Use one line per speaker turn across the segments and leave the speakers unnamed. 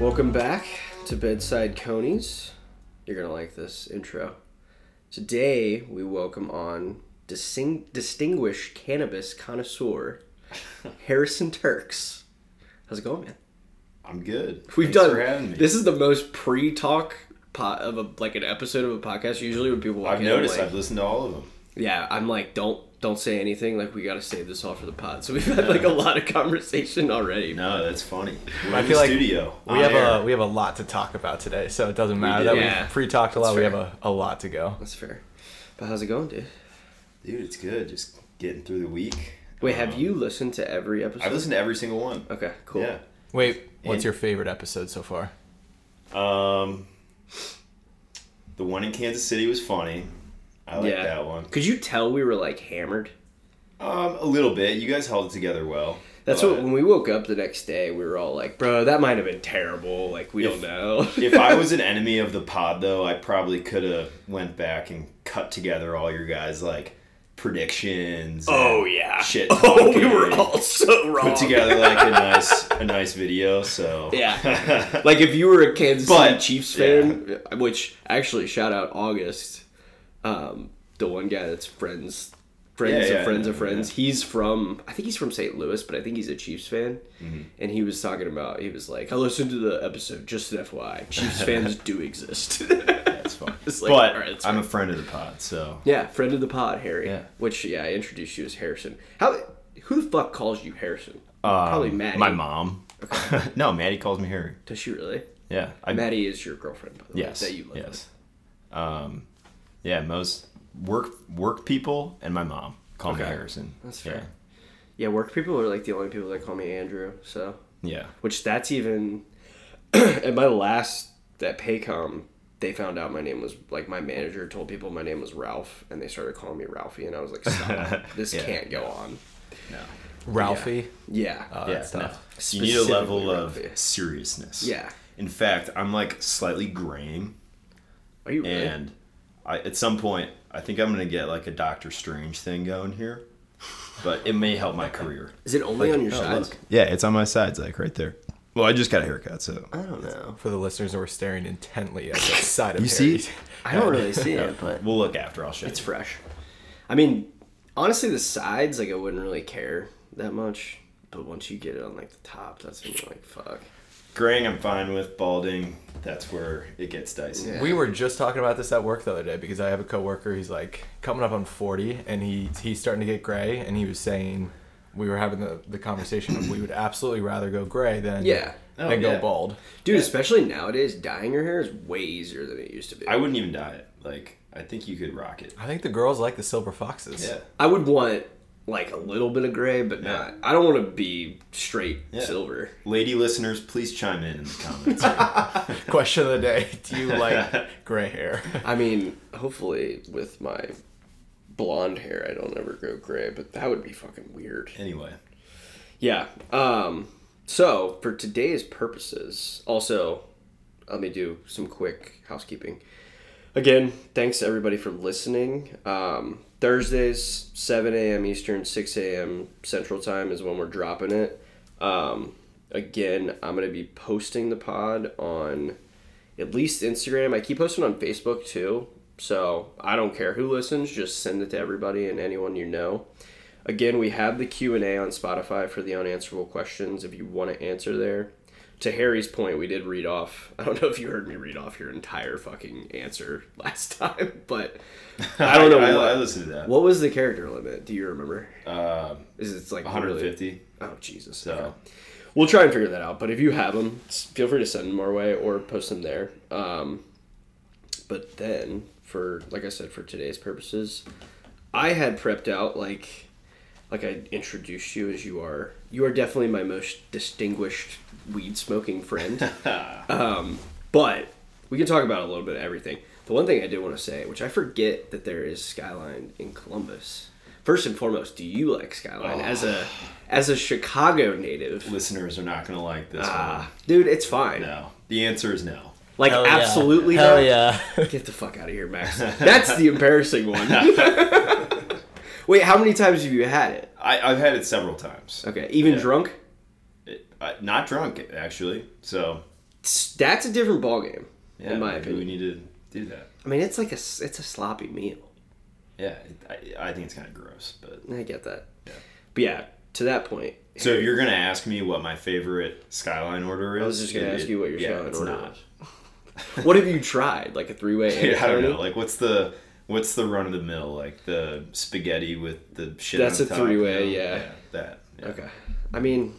Welcome back to Bedside Conies. You're going to like this intro. Today, we welcome on disting- distinguished cannabis connoisseur, Harrison Turks. How's it going, man?
I'm good.
We've
Thanks
done
for having me.
this is the most pre-talk pot of a like an episode of a podcast. Usually when people walk
I've
in,
noticed.
I'm
I've
like,
listened to all of them.
yeah, I'm like, don't don't say anything. Like we got to save this all for the pod. So we've had like a lot of conversation already.
No, that's funny. We're
I
in
feel
the
like
studio.
We have a we have a lot to talk about today, so it doesn't matter
did.
that
Yeah.
we've pre-talked a lot. We
That's
have a, a lot to go.
That's fair. But how's it going, dude?
a dude. It's good. Just getting through the week.
Wait,
Um,
have you listened to every episode?
I've listened to every single one.
Okay, cool.
Yeah.
Wait,
And-
what's your favorite episode so far?
Um, the one in Kansas City was funny. I like
Yeah.
that one.
Could you tell we were like hammered?
Um, a little bit. You guys held it together well.
That's
But
what when we woke up the next day, we were all like, "Bro, that might have been terrible. Like we
If-
don't know."
if I was an enemy of the pod, though, I probably could have went back and cut together all your guys like predictions. and
oh yeah.
shit.
Oh, we
talking.
were all so wrong.
put together like a nice a nice video. So
Yeah. like if you were a Kansas City
But-
Chiefs fan, which actually shout out August, um, the one guy that's friends, friends
Yeah,
of
yeah,
friends of
yeah.
friends. He's from I think he's from St. Louis, but I think he's a Chiefs fan.
Mm-hmm.
And he was talking about he was like, I listened to the episode just an FYI. Chiefs fans do exist.
that's fun.
It's like,
but
all right, that's
I'm
fine.
a friend of the pod, so
yeah, friend of the pod, Harry.
Yeah.
Which yeah, I introduced you as Harrison. How who the fuck calls you Harrison? Probably Maddie.
Um, my mom. no, Maddie calls me Harry.
Does she really?
Yeah, I,
Maddie is your girlfriend, by the
Yes,
way, that you live with.
yes. Um, yeah, most work work people and my mom call me
Okay.
Harrison.
That's fair. Yeah, work people are like the only people that call me Andrew. So,
Yeah. yeah.
which that's even at my last at Paycom, they found out my name was like my manager told people my name was Ralph, and they started calling me Ralphie, and I was like, stop, this
Yeah.
can't go on.
Ralphie.
Yeah,
Oh,
Yeah,
that's
no.
tough.
You need a level
Uh, Specifically
of seriousness.
yeah.
In fact, I'm like slightly graying,
Are you really?
and I, at some point, I think I'm gonna get like a Doctor Strange thing going here, but it may help my career.
is it only on your
Oh,
sides?
look. Yeah, it's on my sides, like right there. Well, I just got a haircut, so
I don't know.
For the listeners who are staring intently at the side of
You see?
Harry's.
I don't really see it, but
we'll look after. I'll show
it's
you.
fresh. I mean, honestly, the sides like I wouldn't really care that much, but once you get it on like the top, that's when you're like, fuck.
Graying, I'm fine with balding. That's where it gets dicey.
Yeah.
We were just talking about this at work the other day because I have a coworker. He's like coming up on forty, and he he's starting to get gray. And he was saying we were having the, the conversation of we would absolutely rather go gray than
Yeah.
than
Oh,
go
yeah.
bald.
Dude, especially nowadays, dyeing your hair is way easier than it used to be.
I
I,
wouldn't even dye it. Like, I think you could rock it.
I think the girls like the silver foxes.
would want like a little bit of gray, but
Yeah.
not. I don't want to be straight
Yeah.
silver.
Lady listeners, please chime in in the comments.
Question of the day: Do you like gray hair?
I mean, hopefully with my blonde hair, I don't ever go gray, but that would be fucking weird.
anyway,
Yeah. Um. So for today's purposes, also, let me do some quick housekeeping. Again, thanks to everybody for listening. Um, Thursdays, 7 a.m. Eastern, 6 a.m. Central Time is when we're dropping it. Um, again, I'm going to be posting the pod on at least Instagram. I keep posting on Facebook too. So I don't care who listens, just send it to everybody and anyone you know. Again, we have the Q&A on Spotify for the unanswerable questions if you want to answer there. To Harry's point, we did read off. I don't know if you heard me read off your entire fucking answer last time, but I don't know
I,
what.
I listened to that.
What was the character limit? Do you remember?
Um,
Is it's like really-
150.
Oh Jesus!
So,
We'll try and figure that out. But if you have them, feel free to send them our way or post them there. Um, but then, for like I said, for today's purposes, I had prepped out like like I introduced you as you are. You are definitely my most distinguished weed smoking friend. um, but we can talk about a little bit of everything. The one thing I did want to say, which I forget that there is Skyline in Columbus. First and foremost, do you like Skyline as a as a Chicago native?
listeners are not going to like this
Ah, dude, it's fine.
one. No. The answer is no.
Like absolutely
Hell
not.
yeah.
Get the fuck out of here, Max. That's the embarrassing one. Wait, how many times have you had it?
I, I've had it
Uh,
several times.
Okay, even drunk?
It- I- not drunk, actually. So,
s- that's a different ballgame,
Yeah,
in my
maybe
opinion.
we need to do that.
I mean, it's like a s- it's a sloppy meal.
Yeah, I, I think it's kind of gross, but
I get that.
Yeah.
But yeah, to that point,
so if you're gonna ask me what my favorite skyline order is,
I was just gonna ask
it-
you what your
yeah,
skyline
it's
order
not.
what have you tried? Like a three way?
Yeah, I don't know. Like, what's the what's the run of the mill? Like the spaghetti with the shit.
That's
on
a
top,
three-way,
you know?
yeah.
that. yeah.
Okay. I mean,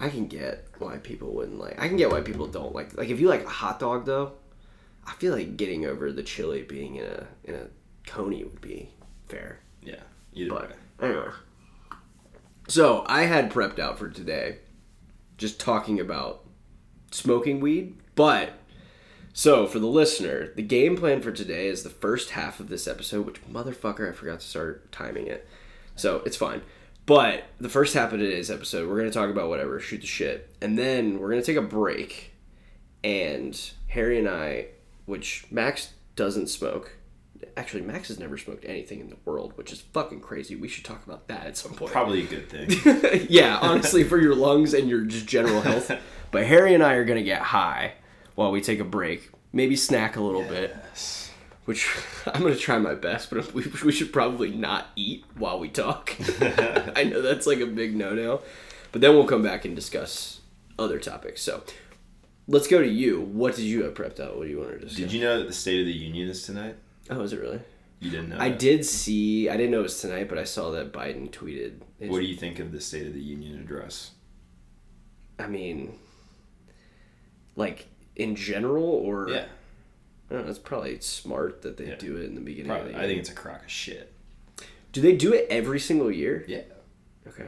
I can get why people wouldn't like. I can get why people don't like. Like if you like a hot dog though, I feel like getting over the chili being in a in a coney would be fair.
Yeah. Either way.
But anyway, so I had prepped out for today, just talking about smoking weed. But so for the listener, the game plan for today is the first half of this episode, which motherfucker I forgot to start timing it. So it's fine. But the first half of today's episode, we're gonna talk about whatever, shoot the shit, and then we're gonna take a break. And Harry and I, which Max doesn't smoke. Actually, Max has never smoked anything in the world, which is fucking crazy. We should talk about that at some point.
Probably a good thing.
yeah, honestly, for your lungs and your just general health. But Harry and I are gonna get high while we take a break. Maybe snack a little bit,
Yes.
which I'm gonna try my best. But we, we should probably not eat while we talk. I know that's like a big no-no. But then we'll come back and discuss other topics. So let's go to you. What did you have prepped out? What do you want to discuss?
Did you Uh, know that the State of the Union is tonight?
oh, is it really?
You didn't know.
I
that?
did see. I didn't know it was tonight, but I saw that Biden tweeted. his-
What do you think of the State of the Union address?
I mean, like in general, or
Yeah,
I don't know, it's probably smart that they
Yeah.
do it in the beginning. Of
probably.
the
I
year.
think it's a crock of shit.
Do they do it every single year?
Yeah.
Okay.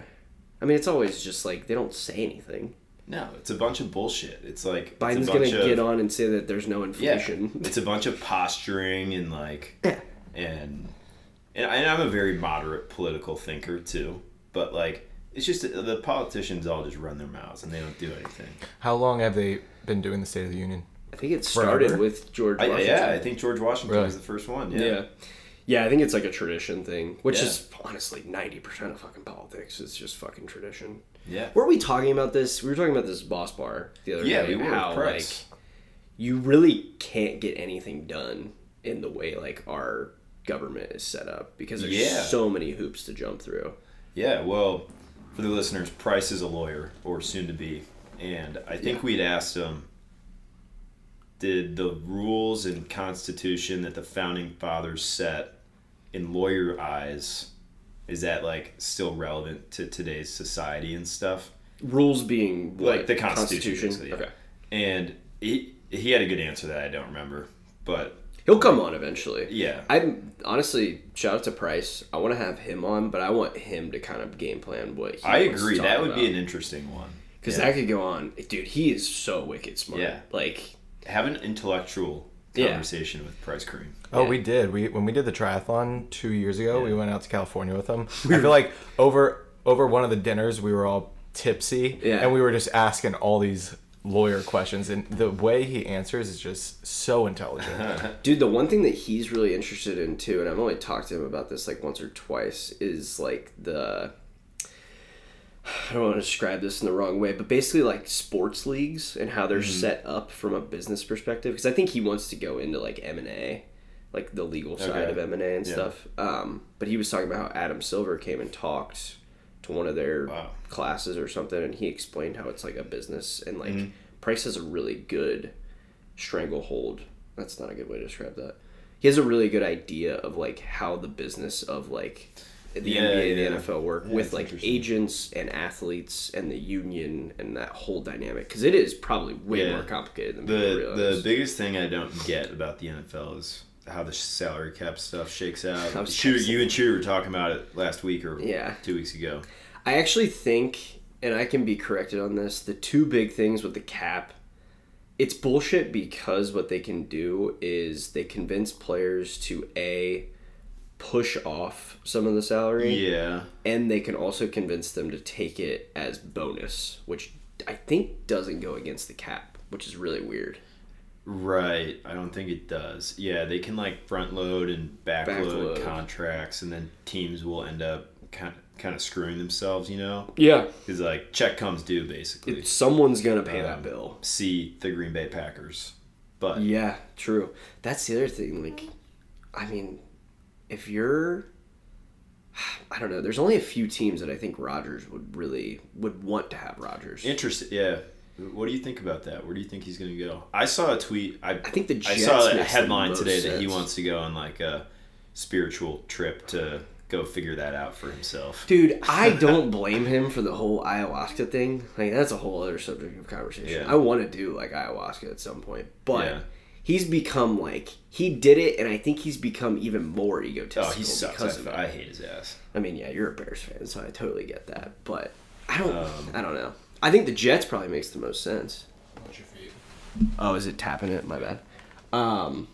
I mean, it's always just like they don't say anything.
No, it's a bunch of bullshit. It's like it's a
Biden's gonna
bunch of-
get on and say that there's no
Yeah,
inflation.
it's a bunch of posturing and like
Yeah.
and and, I, and I'm a very moderate political thinker too, but like it's just the politicians all just run their mouths and they don't do anything.
How long have they been doing the State of the Union?
I think it started
Forever.
with George
I,
Washington.
yeah, I think George Washington
Really?
was the first one.
yeah.
Yeah.
yeah. I think it's like a tradition thing, which
Yeah.
is honestly 90% of fucking politics. It's just fucking tradition.
Yeah.
Were we talking about this? We were talking about this boss bar the other
Yeah,
day.
we were
how,
with Price.
you really can't get anything done in the way like our government is set up because there's
Yeah.
so many hoops to jump through.
Yeah, well, for the listeners, Price is a lawyer or soon to be, and I think we'd asked him did the rules and constitution that the founding fathers set in lawyer eyes is that like still relevant to today's society and stuff?
Rules being what?
like the Constitution. basically, yeah.
Okay,
And he he had a good answer that I don't remember, but
he'll come on eventually.
yeah,
I'm honestly shout out to Price. I want to have him on, but I want him to kind of game plan what. He
I
wants to
agree.
talk
That would
about.
be an interesting one.
because
yeah.
that could go on, dude. He is so wicked smart.
Yeah.
like
Have an intellectual
Yeah.
conversation with Price Cream.
Oh,
Yeah.
we did. We when we did the triathlon two years ago, we went out to California with them. I feel like over over one of the dinners, we were all tipsy,
Yeah.
and we were just asking all these lawyer questions, and the way he answers is just so intelligent.
Dude, the one thing that he's really interested in too, and I've only talked to him about this like once or twice, is like the I don't want to describe this in the wrong way, but basically like sports leagues and how they're
Mm-hmm.
set up from a business perspective. Because I think he wants to go into like M and A, like the legal side
Okay.
of M and A and
Yeah.
stuff. Um, but he was talking about how Adam Silver came and talked to one of their
Wow.
classes or something, and he explained how it's like a business and like
Mm-hmm.
Price has a really good stranglehold. That's not a good way to describe that. He has a really good idea of like how the business of like the
Yeah,
NBA,
yeah.
and the NFL work with
that's
like
interesting.
agents and athletes and the union and that whole dynamic because it is probably way
Yeah.
more complicated than people
The the
realize.
biggest thing I don't get about the NFL is how the salary cap stuff shakes
I
out.
was
Shooter,
texting.
you and Shooter were talking about it last week or
Yeah.
two weeks ago.
I actually think, and I can be corrected on this, the two big things with the cap. It's bullshit because what they can do is they convince players to a push off some of the salary.
Yeah,
and they can also convince them to take it as bonus, which I think doesn't go against the cap, which is really weird.
right. I don't think it does. Yeah, they can like front load and back,
Back
load,
load.
contracts, and then teams will end up kind kind of screwing themselves, you know?
Yeah,
Because, like, check comes due, basically.
it, someone's gonna pay
Um,
that bill.
See the Green Bay Packers. But
Yeah, true. That's the other thing. Like, I mean, if you're, I don't know. There's only a few teams that I think Rodgers would really would want to have Rodgers.
Interesting. Yeah. What do you think about that? Where do you think he's going to go? I saw a tweet. I,
I think the
I
Jets
saw a
makes the
headline
most
today that he
sense.
wants to go on like a spiritual trip to go figure that out for himself.
Dude, I don't blame him for the whole ayahuasca thing. Like that's a whole other subject of conversation.
Yeah.
I want to do like ayahuasca at some point, but
Yeah.
he's become like he did it, and I think he's become even more egotistical.
Oh, he sucks.
because of it.
I, I hate his ass.
I mean, yeah, you're a Bears fan, so I totally get that. But I don't.
Um,
I don't know. I think the Jets probably makes the most sense. Oh, is it tapping it? My bad. Um,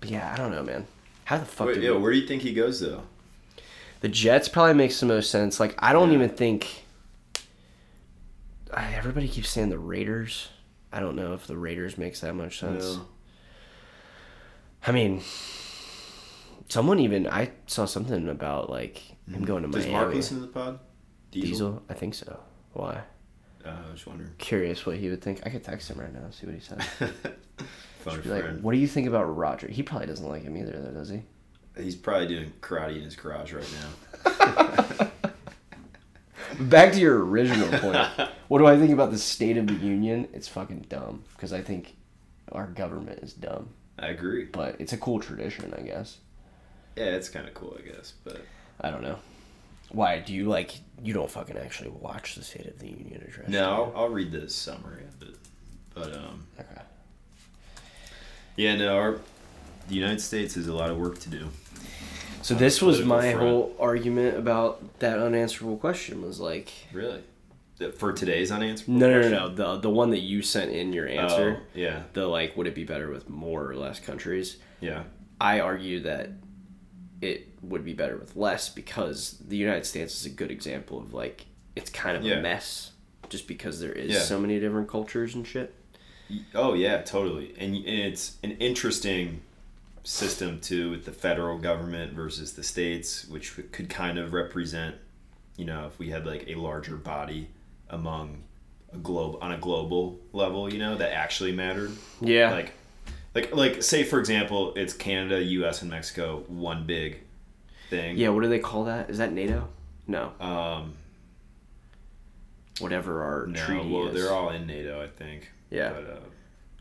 but yeah, I don't know, man. How the fuck?
Wait,
did
yeah,
we-
where do you think he goes though?
the Jets probably makes the most sense. Like, I don't even think. I, everybody keeps saying the Raiders. I don't know if the Raiders makes that much sense.
No.
I mean, someone even I saw something about like him going to
Mm. Does
Miami.
Mark listen to the pod? Diesel.
Diesel? I think so. Why?
Uh, I was wondering.
Curious what he would think. I could text him right now and see what he says.
Fun
Be like,
friend.
what do you think about Roger? He probably doesn't like him either, though, does he?
He's probably doing karate in his garage right now.
Back to your original point. what do I think about the State of the Union? It's fucking dumb because I think our government is dumb,
I agree.
but it's a cool tradition, I guess.
Yeah, it's kind of cool, I guess. But
I don't know. Why do you like? You don't fucking actually watch the State of the Union address.
no, I'll, I'll read the summary of it. But um,
do you? Okay.
yeah, no, our, the United States has a lot of work to do.
So this was
political
my
front.
whole argument about that unanswerable question. Was like,
Really? For today's unanswered. Oh,
no, no, no, no. The the one that you sent in your answer.
yeah,
the like would it be better with more or less countries
yeah.
i argue that it would be better with less because the united states is a good example of like it's kind of
Yeah.
a mess just because there is
Yeah.
so many different cultures and shit
Oh yeah, totally. And, and it's an interesting system too with the federal government versus the states, which could kind of represent, you know, if we had like a larger body among a globe on a global level, you know, that actually mattered.
yeah
Like, like, like, say for example, it's Canada, U.S., and Mexico, one big thing.
yeah what do they call that is that nato no
Um,
whatever our
no,
treaty
well,
is
they're all in NATO, I think.
Yeah.
But, uh,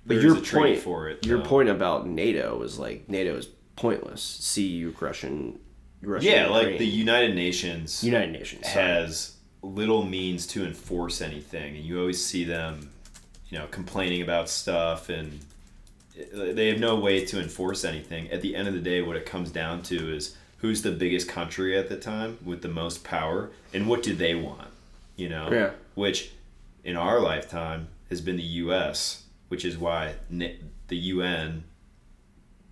but
there's
your
a treaty
point
for it.
your
though.
point about nato is like nato is pointless see you russian russian
Yeah, like
Ukraine.
the United Nations.
united nations sorry.
has little means to enforce anything and you always see them you know complaining about stuff and they have no way to enforce anything at the end of the day what it comes down to is who's the biggest country at the time with the most power and what do they want you know
Yeah.
which in our lifetime has been the US which is why Ni- the UN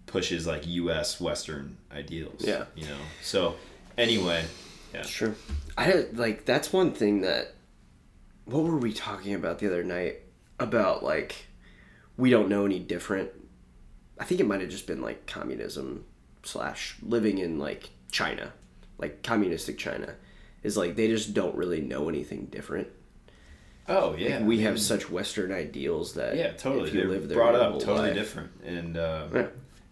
pushes like US western ideals
Yeah.
you know so anyway yeah
It's true. I don't- like that's one thing that what were we talking about the other night about like we don't know any different. I think it might have just been like communism slash living in like China, like communistic China is like they just don't really know anything different.
Oh yeah,
We
I
have
mean,
such Western ideals that
yeah totally.
If you
They're
live there,
brought
your
up
whole
totally
life-
different, and uh,
Yeah.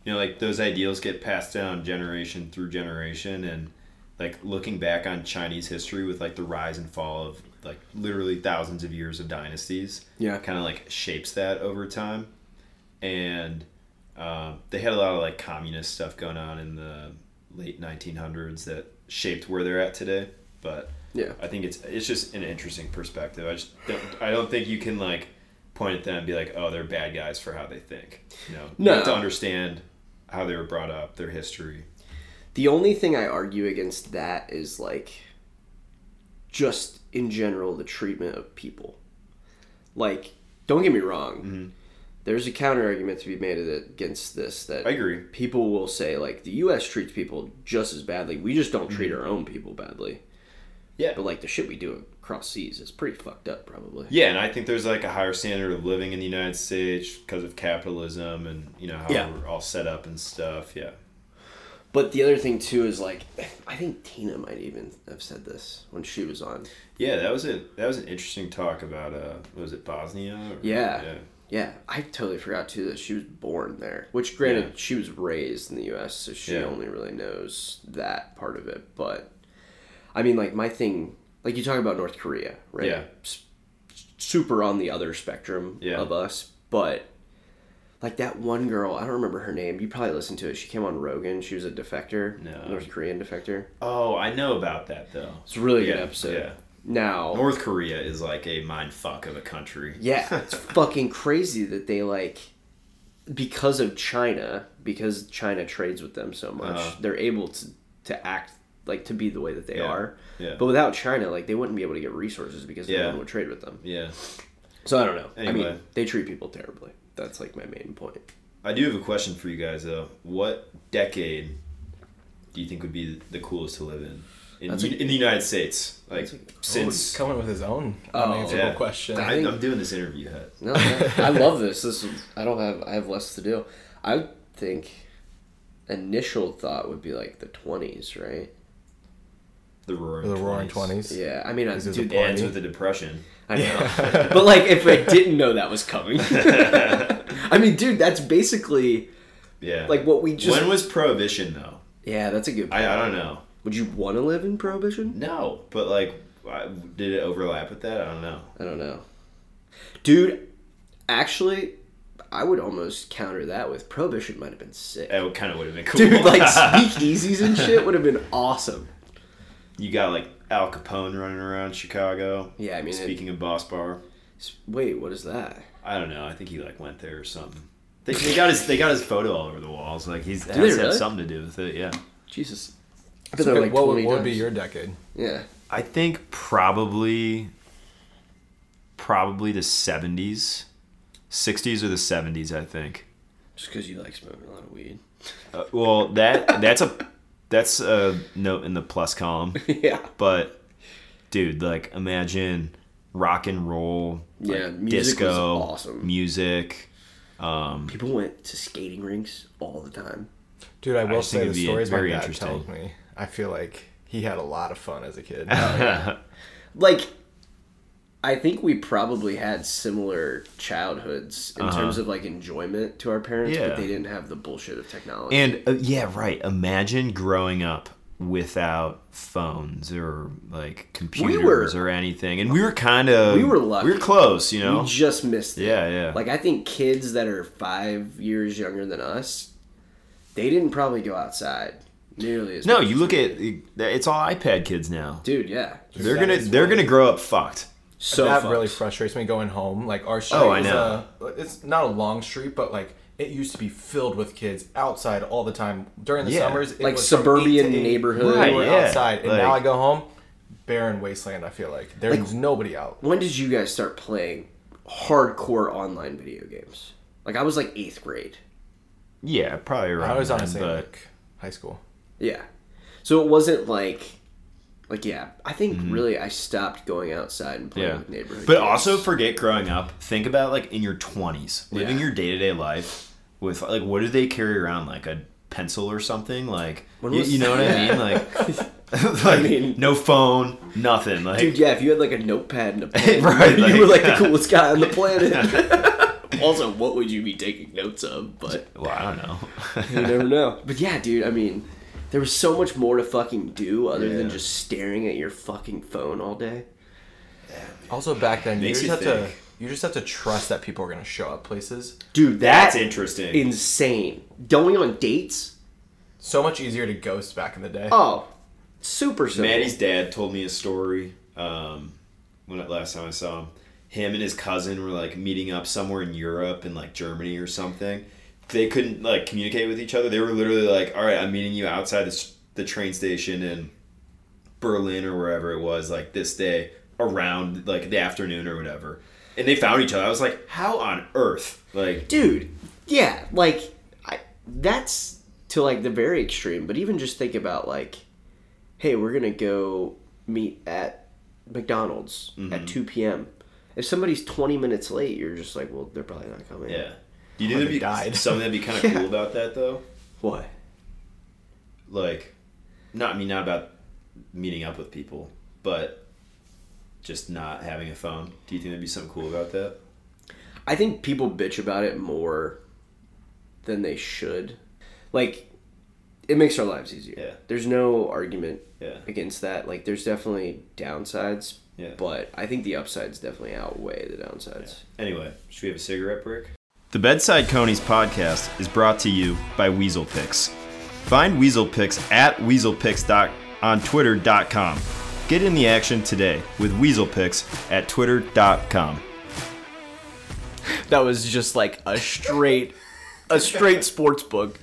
you know, like those ideals get passed down generation through generation, and like looking back on Chinese history with like the rise and fall of like literally thousands of years of dynasties,
Yeah.
kind of like shapes that over time, and um, they had a lot of like communist stuff going on in the late 1900s that shaped where they're at today, but.
Yeah.
I think it's it's just an interesting perspective. I just don't, I don't think you can like point at them and be like, oh, they're bad guys for how they think. You know, you have to
No.
understand how they were brought up, their history.
The only thing I argue against that is like just in general the treatment of people. Like, don't get me wrong.
Mm-hmm.
There's a counter argument to be made of that- against this that
I agree.
people will say like the U.S. treats people just as badly. We just don't treat
Mm-hmm.
our own people badly.
Yeah.
But like the shit we do across seas is pretty fucked up, probably.
Yeah, and I think there's like a higher standard of living in the United States because of capitalism and you know how
Yeah.
we're all set up and stuff. Yeah,
But the other thing too is like, I think Tina might even have said this when she was on.
Yeah, that was a that was an interesting talk about uh what was it Bosnia? Or,
Yeah. Yeah, I totally forgot too that she was born there. Which, granted,
Yeah.
she was raised in the U.S., so she
Yeah.
only really knows that part of it. But, I mean, like my thing, like you talk about North Korea, right?
Yeah.
S- super on the other spectrum
Yeah.
of us, but like that one girl, I don't remember her name. You probably listened to it. She came on Rogan. She was a defector,
No.
North Korean defector.
Oh, I know about that though.
It's a really
Yeah,
good episode.
yeah.
Now,
North Korea is like a mind fuck of a country.
Yeah, it's fucking crazy that they like because of China, because China trades with them so much,
Uh-huh.
they're able to to act like to be the way that they
Yeah,
are.
yeah.
But without China, like they wouldn't be able to get resources because no
Yeah.
one would trade with them.
yeah.
So I don't know. I
Anyway.
mean, they treat people terribly. That's like my main point.
I do have a question for you guys though. What decade do you think would be the coolest to live in in,
That's a-
U- in the United States? Like
That's a-
since
coming with his own
Oh,
unanswerable
yeah.
question.
I
I,
think-
I'm doing this interview. Hut.
No, no, I love this. This is, I don't have. I have less to do. I think initial thought would be like the twenties, right?
The roaring
the Roaring
20s.
Twenties.
Yeah, I mean, I,
Is it the
dude,
It ends
Party.
with the depression.
I know. but like, if I didn't know that was coming, I mean, dude, that's basically
Yeah.
like what we just.
when was prohibition though?
yeah, that's a good. Point.
I, I don't know.
Would you want to live in prohibition?
No, but like, I, did it overlap with that? I don't know.
I don't know, dude. Actually, I would almost counter that with prohibition might have been sick.
That kind of would have been cool.
Dude, like speakeasies and shit would have been awesome.
you got like Al Capone running around Chicago.
Yeah, I mean, it-
speaking of Boss Bar,
Wait, what is that?
I don't know. I think he like went there or something. They, they got his they got his photo all over the walls. Like he's it
they
has to have
really?
something to do with it. Yeah,
Jesus. I've been
That's
there,
okay. what, would,
20
what would be
times.
your decade?
Yeah.
I think probably probably the seventies, sixties or the seventies. I think.
Just because you like smoking a lot of weed.
Uh, well, that that's a that's a note in the plus column.
yeah.
But dude, like imagine rock and roll, like,
Yeah, music was
disco,
awesome.
music.
People went to skating rinks all the time.
Dude, I will
just think
say
it'd
the
be
stories
very
my dad
interesting.
tells me. I feel like he had a lot of fun as a kid.
Oh, like I think we probably had similar childhoods in terms of like enjoyment to our parents,
Uh-huh. Yeah.
but they didn't have the bullshit of technology.
And uh, yeah, right. Imagine growing up without phones or like computers or anything. And we were kind of
We were lucky.
We were close, you know.
we just missed it.
yeah, yeah.
Like I think kids that are five years younger than us, they didn't probably go outside nearly as
no,
much.
you look at it's all iPad kids now.
dude, yeah.
they're
That
gonna
is
they're gonna grow up fucked.
So
that
fucked.
really frustrates me going home. Like our street
Oh, I
is
know.
a, it's not a long street, but like it used to be filled with kids outside all the time during the
Yeah.
summers. It
Like
was from
suburban
8 to 8.
neighborhood.
We were
Right, yeah.
outside, and now I
Like-
go home, barren wasteland. I feel like there's nobody out.
when did you guys start playing hardcore online video games? Like I was like eighth grade.
Yeah, probably around.
I was
then,
honestly in,
but-
like high school.
Yeah. So it wasn't like like yeah, I think really I stopped going outside and playing
Mm-hmm. yeah.
with neighborhood.
But
kids.
also forget growing up. Think about like in your twenties, living
Yeah.
your day to day life with like what do they carry around? Like a pencil or something? Like
When
you,
was-
you know what I mean? Like, like,
mean-
no phone, nothing. Like
Dude, yeah, if you had like a notepad and a pen,
Right,
you were like
like-
the coolest guy on the planet. also, what would you be taking notes of? But
well, I don't know.
you never know. But yeah, dude, I mean, there was so much more to fucking do other than
Yeah.
just staring at your fucking phone all day.
Also back then, you
Makes
just
you
have to
think.
you just have to trust that people are gonna show up places.
Dude,
That's
that's
interesting.
insane. Going on dates?
So much easier to ghost back in the day.
Oh, super simple.
Maddie's dad told me a story um, when last time I saw him. Him and his cousin were like meeting up somewhere in Europe in like Germany or something. They couldn't like communicate with each other. They were literally like, "All right, I'm meeting you outside this, the train station in Berlin or wherever it was, like this day around like the afternoon or whatever." And they found each other. I was like, "How on earth?" Like,
dude yeah like I, that's to like the very extreme but even just think about like hey we're gonna go meet at mcdonald's
Mm-hmm.
at 2 p.m if somebody's 20 minutes late you're just like well they're probably not coming
yeah. Do you think
Or
that'd
they
be
died.
something that'd be kind of
Yeah.
cool about that though?
what
like not I mean not about meeting up with people, but just not having a phone. Do you think there'd be something cool about that?
I think people bitch about it more than they should. Like, it makes our lives easier.
Yeah.
There's no argument
Yeah.
against that. Like, there's definitely downsides,
Yeah.
but I think the upsides definitely outweigh the downsides.
Anyway, should we have a cigarette break? The Bedside Conies podcast is brought to you by Weasel Picks. Find Weasel Picks at weaselpicks dot on twitter.com. Get in the action today with Weasel Picks at twitter.com.
That was just like a straight, a straight sports book,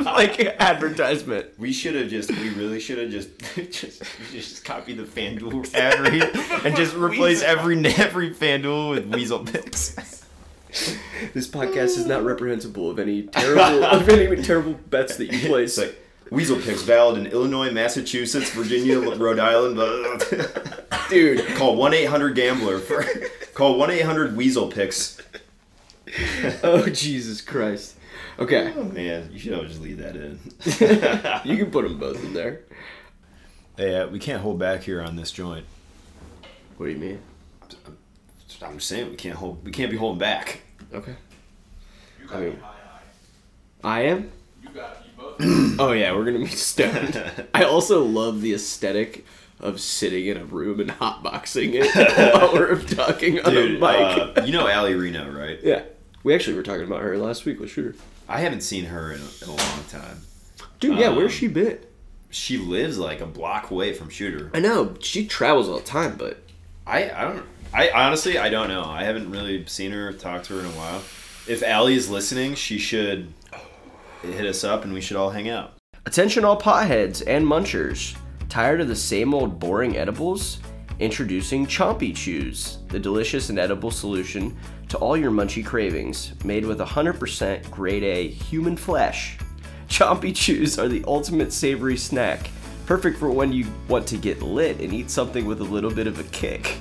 like advertisement.
We should have just, we really should have just, just, just copied the FanDuel ad read and just replace every every FanDuel with Weasel Picks.
This podcast is not reprehensible of any terrible of any terrible bets that you place.
It's like Weasel Picks valid in Illinois, Massachusetts, Virginia, Rhode Island. Blah, blah, blah.
dude,
Call one eight hundred Gambler for call one eight hundred Weasel Picks.
oh Jesus Christ. Okay,
Oh, Man, you should always just leave that in.
you can put them both in there.
Yeah, uh, we can't hold back here on this joint.
What do you mean?
I'm just saying we can't hold. We can't be holding back.
Okay,
You
I
got
mean-
me high high.
I am.
You got you both.
Oh yeah, we're gonna be stoned. I also love the aesthetic of sitting in a room and hotboxing it while we're talking on a
Dude,
mic.
uh, you know Allie Reno, right?
yeah, we actually were talking about her last week with Shooter.
I haven't seen her in a, in a long time.
Dude, yeah,
Um,
where's she been?
She lives like a block away from Shooter.
I know she travels all the time, but
I, I don't. I honestly, I don't know. I haven't really seen her, talked to her in a while. If Allie is listening, she should hit us up and we should all hang out.
Attention all potheads and munchers. Tired of the same old boring edibles? Introducing Chompy Chews, the delicious and edible solution to all your munchy cravings, made with 100% grade A human flesh. Chompy Chews are the ultimate savory snack, perfect for when you want to get lit and eat something with a little bit of a kick.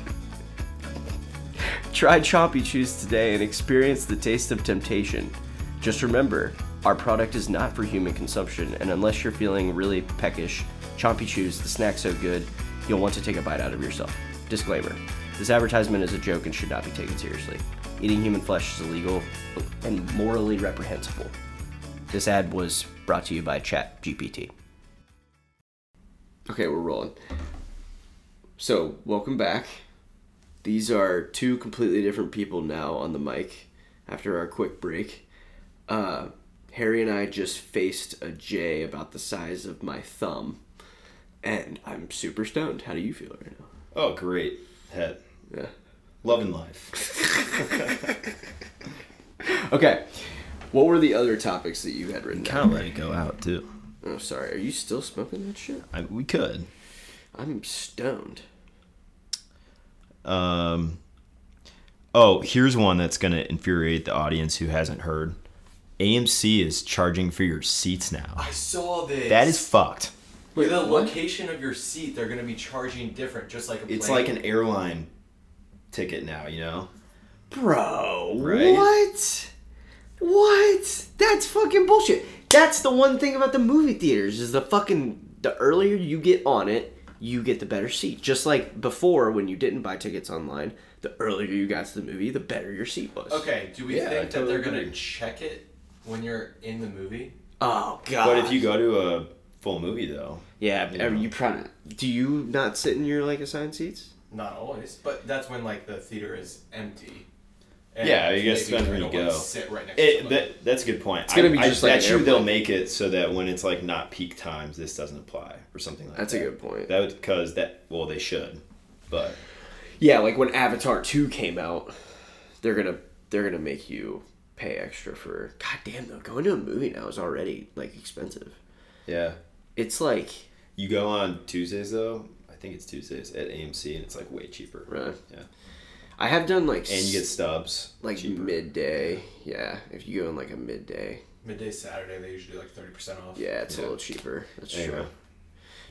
Try Chompy Chews today and experience the taste of temptation. Just remember, our product is not for human consumption, and unless you're feeling really peckish, Chompy Chews, the snack so good, you'll want to take a bite out of yourself. Disclaimer this advertisement is a joke and should not be taken seriously. Eating human flesh is illegal and morally reprehensible. This ad was brought to you by ChatGPT. Okay, we're rolling. So, welcome back. These are two completely different people now on the mic after our quick break. Uh, Harry and I just faced a J about the size of my thumb, and I'm super stoned. How do you feel right now?
Oh, great. Head.
Yeah.
Love and life.
Okay. What were the other topics that you had written down?
Kind of let it go out, too.
Oh, sorry. Are you still smoking that shit?
I, we could.
I'm stoned.
Um, oh, here's one that's going to infuriate the audience who hasn't heard. AMC is charging for your seats now.
I saw this.
That is fucked.
Wait, the
what?
location of your seat, they're gonna be charging different, just like a
It's
plane.
like an airline ticket now, you know?
Bro,
Right?
what? What? That's fucking bullshit. That's the one thing about the movie theaters is the fucking the earlier you get on it, you get the better seat. Just like before when you didn't buy tickets online, the earlier you got to the movie, the better your seat was.
Okay, do we
Yeah, I
think that
totally
they're gonna
agree.
check it when you're in the movie?
Oh god.
But if you go to a full movie, though,
yeah, are you probably do you not sit in your like assigned seats?
Not always, but that's when like the theater is empty. And
Yeah, I guess
maybe
depends when
don't
you
wanna
go.
Sit right next to
it,
somebody.
that, that's a good point. It's
gonna be just like
I
an
bet you they'll
airplane.
make it so that when it's like not peak times, this doesn't apply or something like
That's a
that.
good point.
That would because that well they should, but
Yeah, like when Avatar 2 came out, they're gonna they're gonna make you pay extra for God damn though, going to a movie now is already like expensive.
yeah,
It's like
you go on Tuesdays though. I think it's Tuesdays at AMC and it's like way cheaper.
Really?
Yeah,
I have done like
and you get
s-
stubs
like
cheaper.
midday. Yeah, if you go in like a midday,
midday Saturday they usually do like thirty percent off.
yeah, it's a little cheaper. That's
Anyway.
true.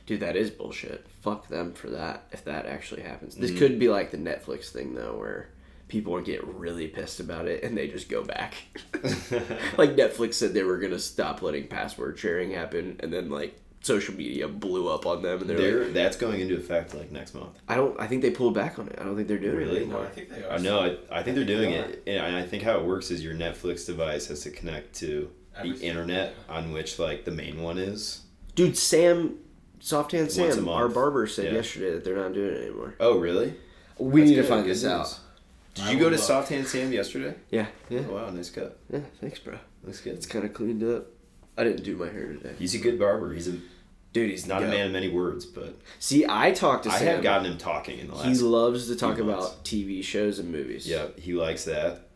Dude, that is bullshit. Fuck them for that. If that actually happens, this
Mm-hmm.
could be like the Netflix thing though, where people get really pissed about it and they just go back. like Netflix said they were gonna stop letting password sharing happen, and then like social media blew up on them, and they're, like,
There, that's going into effect like next month.
I don't. I think they pulled back on it. I don't think they're doing it
Really?
anymore.
I think they
I know. I, I think they're doing it, and I think how it works is your Netflix device has to connect to the
Everything.
internet on which like the main one is.
Dude, Sam, Soft Hand
Once a
Sam,
month.
our barber said
Yeah.
yesterday that they're not doing it anymore.
Oh, really?
We
That's
need to
good,
find
good
this
news.
out.
Did
I
you go
will
to
look.
Soft Hand Sam yesterday?
Yeah, yeah,
Oh, wow, nice cut.
yeah. Thanks, bro.
Looks good.
It's kind of cleaned up. I didn't do my hair today.
He's a good barber. He's a
Dude, he's
not a
dope.
man of many words, but
See, I talked to
I
Sam.
have gotten him talking in the
he
last.
loves to talk
months.
about TV shows and movies.
yeah, he likes that,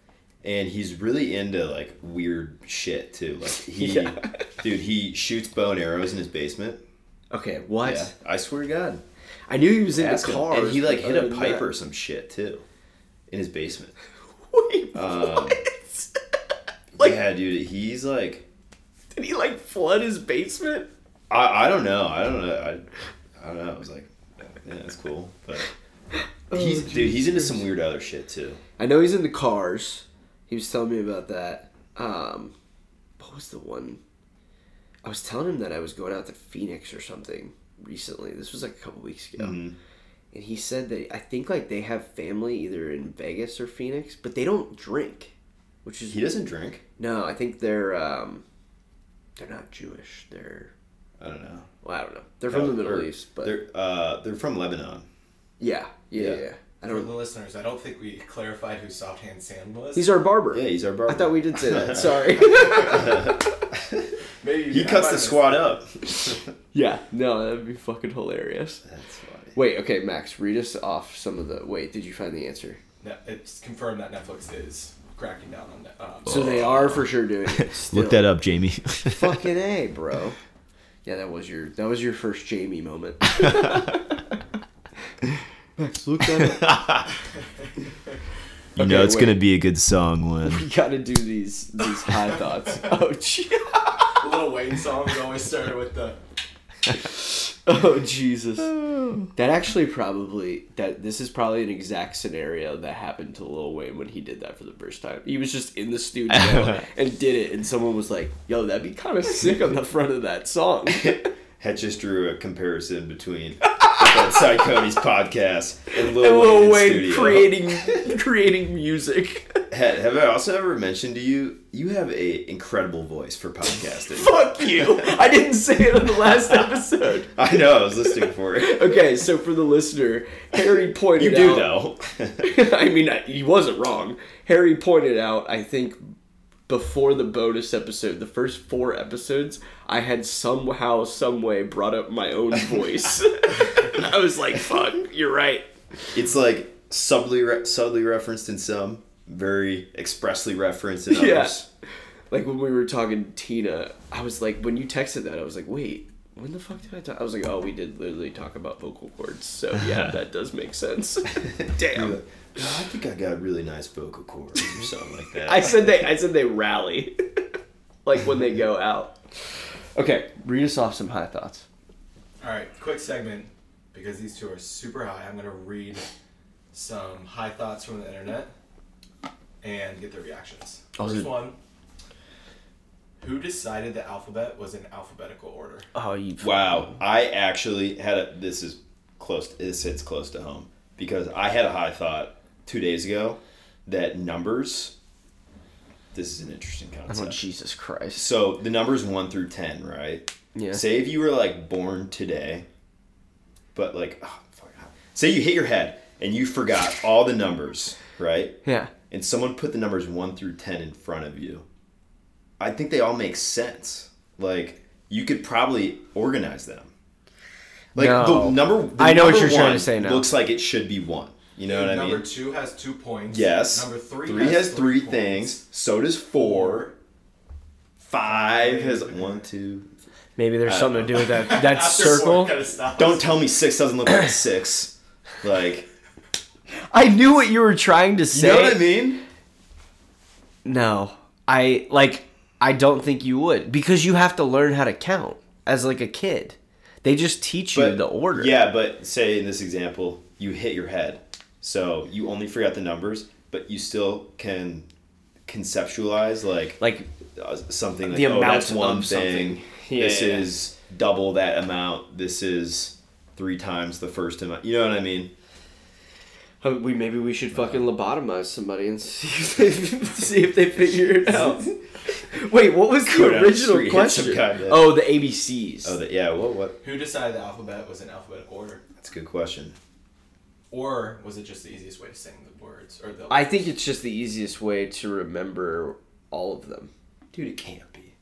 and he's really into like weird shit too. Like he,
Yeah.
dude, he shoots bow and arrows in his basement.
Okay, what?
Yeah, I swear to God.
I knew he was into
Ask him.
cars.
And he like
but
hit
other
a
than
pipe
that-
or some shit too, in his basement.
Wait,
Um,
what? like,
yeah, dude, he's like,
did he like flood his basement?
I, I don't know, I don't know, I, I don't know. I was like, yeah, that's cool, but
Oh,
he's dude, he's into some weird other shit too.
I know he's into cars. He was telling me about that. Um, what was the one? I was telling him that I was going out to Phoenix or something recently. This was like a couple weeks ago.
Mhm.
And he said that I think like they have family either in Vegas or Phoenix, but they don't drink. Which is
He doesn't drink.
no, I think they're um, they're not Jewish. They're
I don't know.
well, I don't know. They're from the Middle
Oh, They're-
East, but
they're uh, they're from Lebanon.
yeah, yeah, yeah,
Yeah.
yeah. I
For the
don't.
listeners, I don't think we clarified who Soft Hand Sam was.
He's our barber.
Yeah, he's our barber.
I thought we did say that. Sorry.
Maybe
he cuts the squad up.
yeah. No, that'd be fucking hilarious.
That's funny.
Wait, okay, Max, read us off some of the. Wait, did you find the answer?
No, it's confirmed that Netflix is cracking down on that. Um,
So they are for sure doing it. still.
up, Jamie.
Fucking a, bro. Yeah, that was your that was your first Jamie moment. Max, look that up.
You
know Okay, it's gonna wait.
be a good song when
You gotta do these these high thoughts. Oh, gee.
the Little Wayne songs always started with the.
oh Jesus. That actually probably that this is probably an exact scenario that happened to Lil Wayne when he did that for the first time. He was just in the studio and did it, and someone was like, "Yo, that'd be kind of sick on the front of that song."
Het just drew a comparison between Side Cody's podcast and Lil,
And Lil
Wayne,
Wayne
studio.
creating creating music.
Het, have I also ever mentioned to you? You have a incredible voice for podcasting.
Fuck you! I didn't say it on the last episode.
I know. I was listening for it.
Okay, so for the listener, Harry pointed
You do
out.
though.
I mean, I- he wasn't wrong. Harry pointed out, I think, before the bonus episode, the first four episodes, I had somehow, some way brought up my own voice. and I was like, fuck, you're right.
it's like subtly re- subtly referenced in some, very expressly referenced in others.
Yeah. Like when we were talking to Tina, I was like, when you texted that, I was like, wait, when the fuck did I talk? I was like, oh, we did literally talk about vocal cords. So yeah, that does make sense. Damn.
"No, I think I got really nice vocal cords or something like that.
I said they I said they rally. like when they go out. Okay, read us off some high thoughts.
All right, quick segment because these two are super high. I'm gonna read some high thoughts from the internet and get their reactions.
Oh,
First
dude.
one. Who decided the alphabet was in alphabetical order?
Oh, you
Wow, I actually had a. This is close. This hits close to home because I had a high thought two days ago that numbers. This is an interesting
Oh,
concept.
Jesus Christ.
So the numbers one through ten, right?
Yeah.
Say if you were like born today, but like, oh, fuck, say you hit your head and you forgot all the numbers, right?
Yeah.
And someone put the numbers one through ten in front of you. I think they all make sense. Like you could probably organize them. Like
No.
the number. The
I know what
number
you're trying to
one
say now.
Looks like it should be one. You know what I
Number
mean?
two has two points.
Yes.
Number three,
has, three
points.
things. So does four. Five has one, two.
Maybe
Uh,
there's something to do with that that
After
circle.
Four kinda stops.
Don't tell me six doesn't look like six. Like,
I knew what you were trying to
you
say.
know what I mean?
No, I like. I don't think you would because you have to learn how to count as like a kid. They just teach you the order.
Yeah, but say in this example, you hit your head. So you only forgot the numbers, but you still can conceptualize like
Like
uh, something like
The
oh,
amount
that's one
of
thing.
something. Yeah,
this
yeah, yeah.
is double that amount. This is three times the first amount. You know what I mean?
Uh, We maybe we should fucking lobotomize somebody and see if they, see if they figure it out. Wait, what was the
Go down the
original
street, hit some
question?
guy that-
Oh, the ABCs.
Oh, that, yeah. What? What?
Who decided the alphabet was in alphabetical order,
That's a good question.
or was it just the easiest way to sing the words or the?
I think it's just the easiest way to remember all of them.
Dude, it can't be.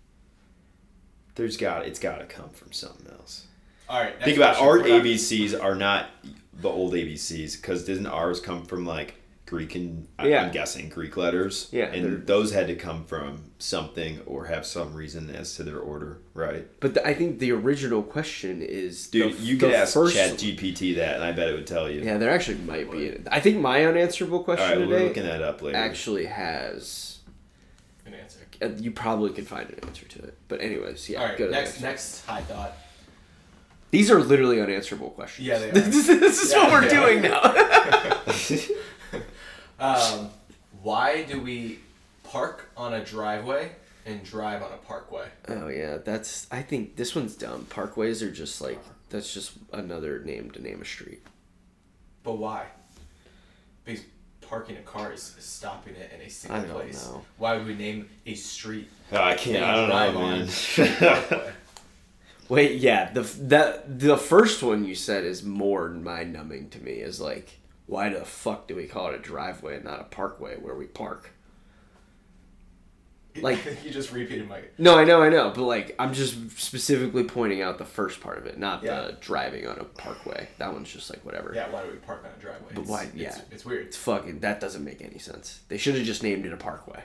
There's got. It's got to come from something else.
All right. next
Think about
question.
our
We're not-
ABCs are not the old ABCs because doesn't ours come from like Greek and I-
Yeah.
I'm guessing Greek letters.
Yeah, they're-
and those had to come from something or have some reason as to their order, right?
But the, I think the original question is
Dude,
the,
you
the
could ask Chat GPT that, and I bet it would tell you.
Yeah, there actually might be. I think my unanswerable
All
question
right, well, we're looking
today
that up later.
actually has.
Good answer.
uh, You probably could find an answer to it. But anyways, yeah.
All right.
go to the
Next, next high thought.
These are literally unanswerable questions.
Yeah, they are.
this is what
Yeah,
we're
they are.
doing now.
Um, why do we park on a driveway and drive on a parkway?
Oh yeah, that's. I think this one's dumb. Parkways are just like that's just another name to name a street.
But why? Because parking a car is is stopping it in a single
I don't
place.
know.
Why would we name a street?
Oh, I can't. I don't
Drive
know,
on
man.
a parkway?
Wait, yeah. The f- that the first one you said is more mind numbing to me. Is like, why the fuck do we call it a driveway and not a parkway where we park? Like-
you just repeated my.
No, I know, I know, but like I'm just specifically pointing out the first part of it, not
Yeah.
the driving on a parkway. That one's just like whatever.
Yeah, why do we park on a driveway?
But why-
It's,
yeah.
It's, it's weird.
It's fucking that doesn't make any sense. They should have just named it a parkway.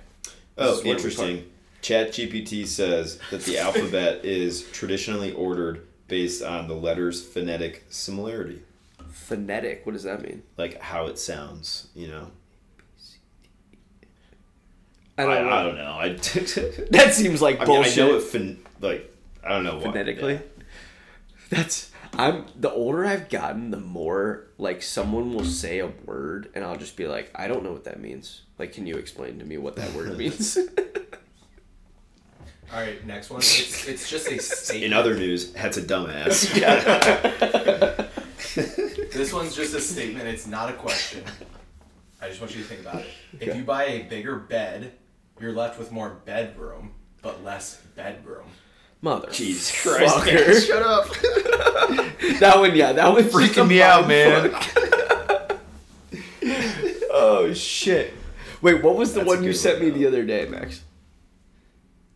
Oh,
is where we
interesting. Chat GPT says that the alphabet is traditionally ordered based on the letter's phonetic similarity.
Phonetic, what does that mean?
like how it sounds, you know.
I
I,
don't know.
I don't know. I, I
That seems like
mean, I
bullshit.
know it fin- like I don't know why.
phonetically.
Yeah.
That's I'm the older I've gotten, the more like someone will say a word and I'll just be like, I don't know what that means. Like, can you explain to me what that word means?
All right, next one. It's, it's just a
In
statement.
other news, that's a dumbass.
This one's just a statement. It's not a question. I just want you to think about it. If
Okay.
you buy a bigger bed, you're left with more bedroom, but less bedroom.
Mother.
Jesus
Fucker.
Christ! man, Shut up.
That one, yeah, that one's just a
Freaking me out,
mind
man.
fuck. oh shit. Wait, what was the
That's a
one you
good
sent
one,
me
though.
the other day, Max?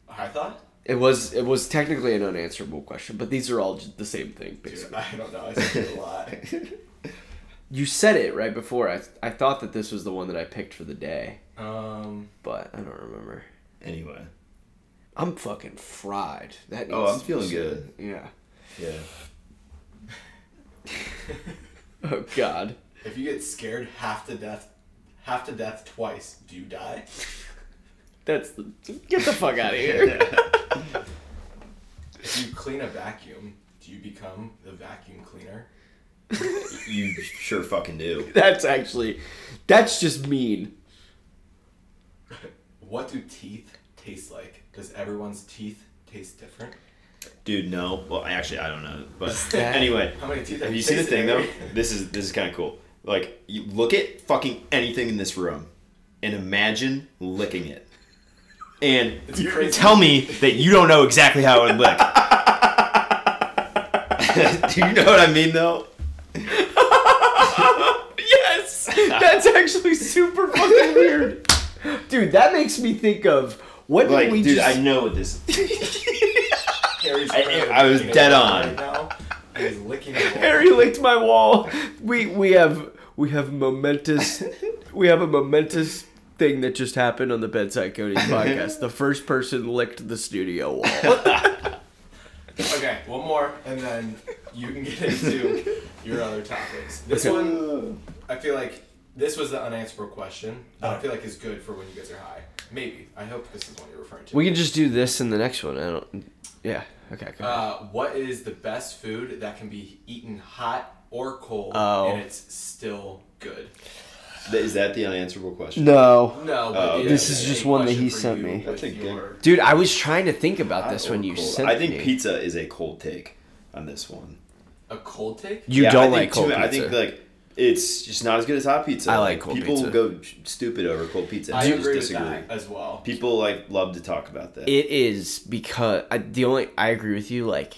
I thought.
It was it was technically an unanswerable question, but these are all just the same thing,
Dude,
basically.
I don't know. I said it a lot.
You said it right before. I I thought that this was the one that I picked for the day,
Um,
but I don't remember.
Anyway,
I'm fucking fried. That needs
oh,
to
I'm
be
feeling
said.
good.
Yeah.
Yeah.
Oh God.
if you get scared half to death, half to death twice, do you die?
That's the, get the fuck out of here.
If you clean a vacuum, do you become the vacuum cleaner?
You sure fucking do.
that's actually, that's just mean.
What do teeth taste like? Does everyone's teeth taste different?
Dude, no. Well, I actually, I don't know. But
that-
anyway,
How many teeth
have
have
you
you
seen the thing
tasted
though?
already?
This is this is kind of cool. Like, you look at fucking anything in this room, and imagine licking it, and
It's crazy.
tell me that you don't know exactly how it would lick. Do you know what I mean though?
Yes, that's actually super fucking weird, dude. That makes me think of what did
Like,
we
dude,
just?
I know what this.
Harry's
I-
friend
I was
is
dead
right
on.
now, and he's licking the wall.
Harry licked my wall. We we have we have momentous we have a momentous thing that just happened on the Bedside Cody's podcast. The first person licked the studio wall.
Okay, one more, and then you can get into your other topics. This one, I feel like this was the unanswerable question. That I
Uh-huh.
feel like is good for when you guys are high. Maybe. I hope this is one you're referring to.
we can just do this in the next one. I don't. Yeah. Okay. Go ahead.
uh, what is the best food that can be eaten hot or cold
Oh.
and it's still good?
Is that the unanswerable question?
no,
No,
Oh,
but it
okay.
This is
a
just one that he
question for
sent
you
me.
with
That's a good-
your-
dude. I was trying to think about this
Hot
when
or
you
cold?
sent
I think
me.
pizza is a cold take. on this one.
A cold take?
You
Yeah, I
don't
think
like cold
too-
pizza.
I think like it's just not as good as hot pizza.
I like cold
people
pizza.
go stupid over cold pizza.
I
I, just
agree with
disagree.
that as well.
People like love to talk about that.
It is because I, the only I agree with you like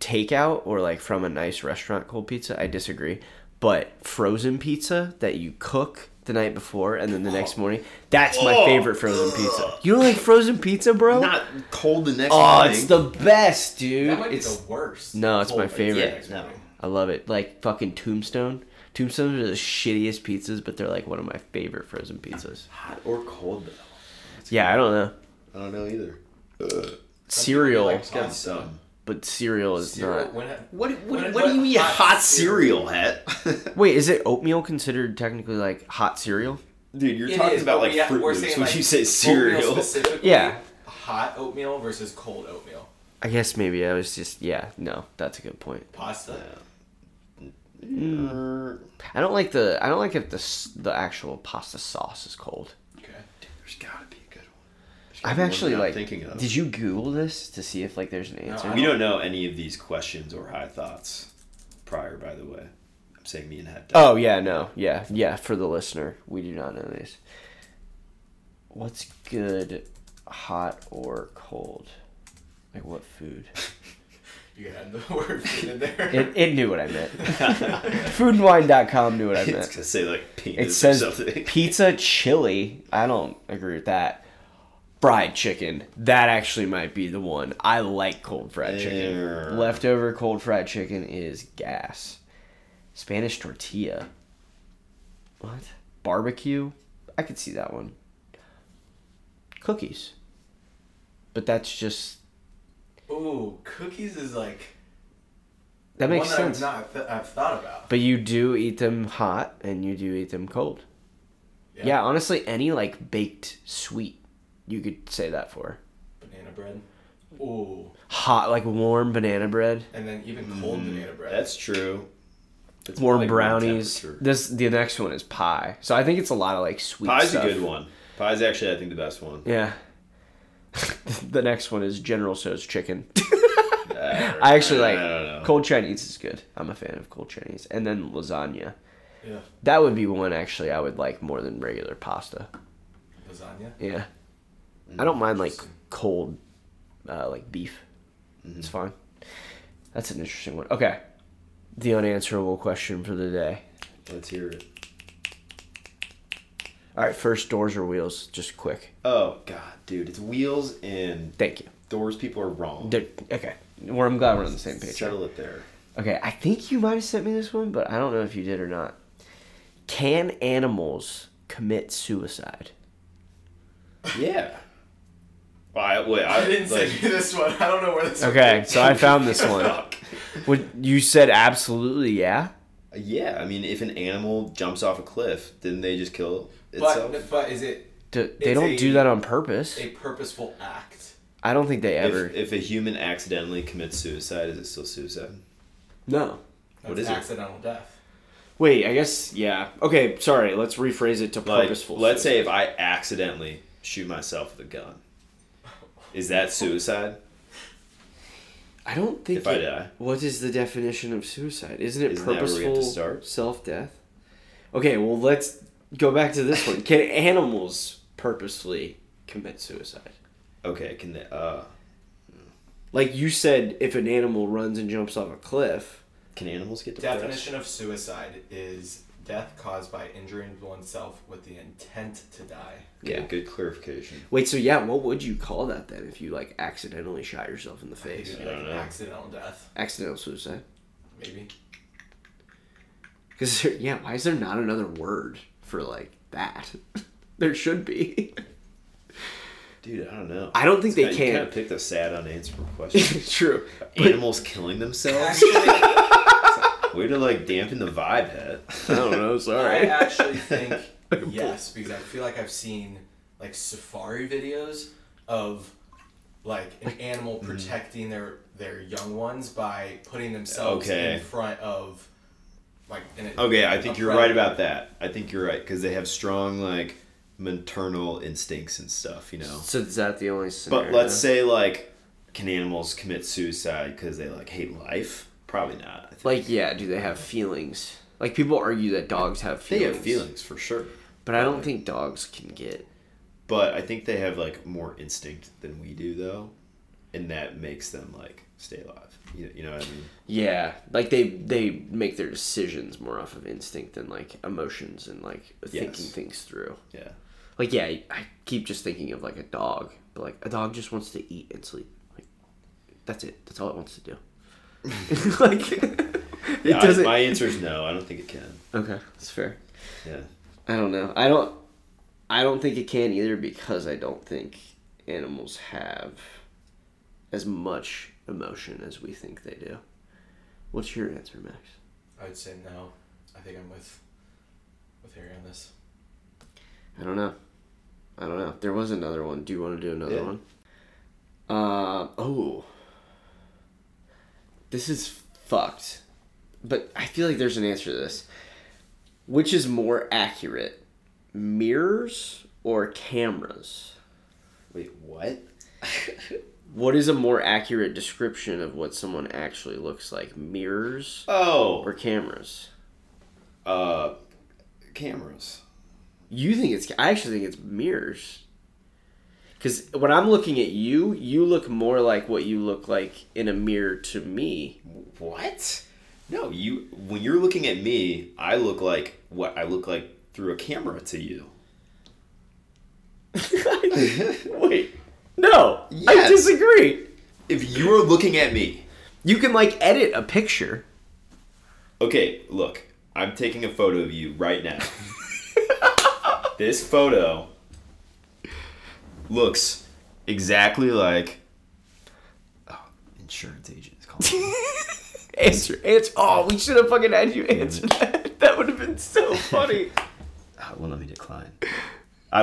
takeout or like from a nice restaurant cold pizza. I disagree, but frozen pizza that you cook the night before and then the next morning. That's my
Oh.
favorite frozen pizza. You don't like frozen pizza, bro?
not cold the next
oh,
morning.
it's the best, dude.
That might be
It's-
the worst.
No, it's
cold
my
pizza
favorite.
I've
Yeah,
ever
no.
had.
I love it. Like fucking tombstone. Tombstones are the shittiest pizzas, but they're like one of my favorite frozen pizzas.
hot or cold though.
Yeah, I don't know.
I don't know either. um,
Cereal,
like-
Got some.
but cereal is
Cereal-
not.
when I-
What
What-
what,
what
do you eat? Hot cereal, hat.
Wait, is it oatmeal considered technically like hot cereal?
Dude, you're
It
talking
is,
about
but
like
we have-
fruit
we're
loops
saying,
when
like,
you say
Oatmeal
cereal.
specifically,
Yeah.
Hot oatmeal versus cold oatmeal.
I guess maybe I was just yeah. No, that's a good point.
Pasta.
Er,
I don't like the I don't like if the s- the actual pasta sauce is cold.
Okay.
There's gotta be a good one. There's gotta
I'm
be one
actually
that I'm
like
thinking of.
Did you Google this to see if like there's an answer?
I
We don't know any of these questions or high thoughts prior, by the way. I'm saying me and Hat.
Oh yeah, no, yeah, yeah. For the listener, we do not know these. What's good, hot or cold? Like what food?
You could add the word food in there.
It, it knew what I meant. Foodandwine.com knew what I
it's
meant.
gonna say like penis
It
or
says
something.
pizza chili. I don't agree with that. Fried chicken. That actually might be the one. I like cold fried chicken.
Er,
Leftover cold fried chicken is gas. Spanish tortilla. What? Barbecue? I could see that one. Cookies. But that's just
Ooh, cookies is like
that makes
one
sense.
that I've not th- I've thought about.
But you do eat them hot and you do eat them cold. Yeah,
Yeah.
honestly, any like baked sweet, you could say that for.
Banana bread. Ooh,
Hot, like warm banana bread,
and then even cold banana bread.
Mm, That's true. It's
warm
like room
brownies.
temperature.
This the next one is pie. So I think it's a lot of like sweet
Pie's
stuff.
a good one. Pie's actually, I think, the best one.
Yeah. the next one is General So's chicken.
Uh,
I actually
I
like
don't know.
cold Chinese is good. I'm a fan of cold Chinese. And then lasagna.
yeah.
That would be one actually I would like more than regular pasta.
Lasagna.
Yeah. I don't mind like cold, uh, like beef. It's fine. That's an interesting one. Okay. The unanswerable question for the day.
Let's hear it.
All right, first doors or wheels? Just quick.
Oh god, dude, it's wheels and
Thank you.
doors. People are wrong.
They're- okay. Well, I'm glad we're on the same page.
Settle it there.
Okay, I think you might have sent me this one, but I don't know if you did or not. Can animals commit suicide?
Yeah. Well, I, wait, I,
I didn't
like,
send you this one. I don't know where this.
Okay, so I found this one.
fuck.
Would you said absolutely yeah?
Yeah, I mean, if an animal jumps off a cliff, didn't they just kill itself?
But but is it
Do,
It's
they don't
a-
do that on purpose.
a purposeful act?
I don't think they ever.
if, if a human accidentally commits suicide, is it still suicide?
No.
That's
What is it?
accidental death.
Wait, I guess yeah. Okay, sorry. Let's rephrase it to
Like,
purposeful.
let's say if I accidentally shoot myself with a gun, is that suicide?
I don't think.
If I
it-
die.
what is the definition of suicide? Isn't it
Isn't that where we have to
purposeful
start?
self death? Okay, well let's go back to this one. Can animals purposefully commit suicide?
Okay, can they? Uh,
Like you said, if an animal runs and jumps off a cliff,
can animals get depressed?
Definition of suicide is death caused by injuring oneself with the intent to die.
Okay,
Yeah.
good clarification.
wait. So yeah, what would you call that then? If you like accidentally shot yourself in the
Maybe
face,
like
I don't
an
know.
accidental death,
accidental suicide.
maybe.
Because yeah, why is there not another word for like that? there should be.
Dude, I don't know.
I don't think they
You kind
can.
of picked a sad, unanswerable question.
True. But,
Animals killing themselves?
Actually,
Way to like dampen the vibe, head.
I don't know.
I
Sorry.
actually think yes, because I feel like I've seen like safari videos of like an animal protecting their their young ones by putting themselves in
Okay. Oh.
front of like. In a,
Okay, I think
a
you're right
predator.
about that. I think you're right because they have strong like maternal instincts and stuff, you know.
So is that the only
But
scenario?
let's say like, can animals commit suicide because they like hate life? Probably not. I think
Like, yeah, do they have feelings? Like people argue that dogs have
they
feelings.
have feelings for sure,
but I don't think dogs can get.
but I think they have like more instinct than we do though, and that makes them like stay alive. You, you know what I mean?
Yeah, like they they make their decisions more off of instinct than like emotions and like thinking things through.
Yeah.
Like, yeah, I keep just thinking of like a dog, but like a dog just wants to eat and sleep. Like, that's it. That's all it wants to do. like, it
Yeah, I-
doesn't.
my answer is no. I don't think it can.
Okay, that's fair.
Yeah.
I don't know. I don't. I don't think it can either because I don't think animals have as much emotion as we think they do. What's your answer, Max?
I would say no. I think I'm with with Harry on this.
I don't know. I don't know. There was another one. Do you want to do another
Yeah.
one? Uh, oh. This is fucked. But I feel like there's an answer to this. Which is more accurate? Mirrors or cameras?
Wait, what?
What is a more accurate description of what someone actually looks like? Mirrors
Oh,
or cameras?
uh, cameras.
You think it's I actually think it's mirrors. Cuz when I'm looking at you, you look more like what you look like in a mirror to me.
What? No, you. When you're looking at me, I look like what I look like through a camera to you. Wait.
No, I
Yes.
disagree.
If you were looking at me,
You can like edit a picture.
okay. Look, I'm taking a photo of you right now. this photo looks exactly like. Oh, insurance agent is calling.
Answer, answer. Oh, we should have fucking had you answer that. That would have been so funny.
Uh, well, let me decline. I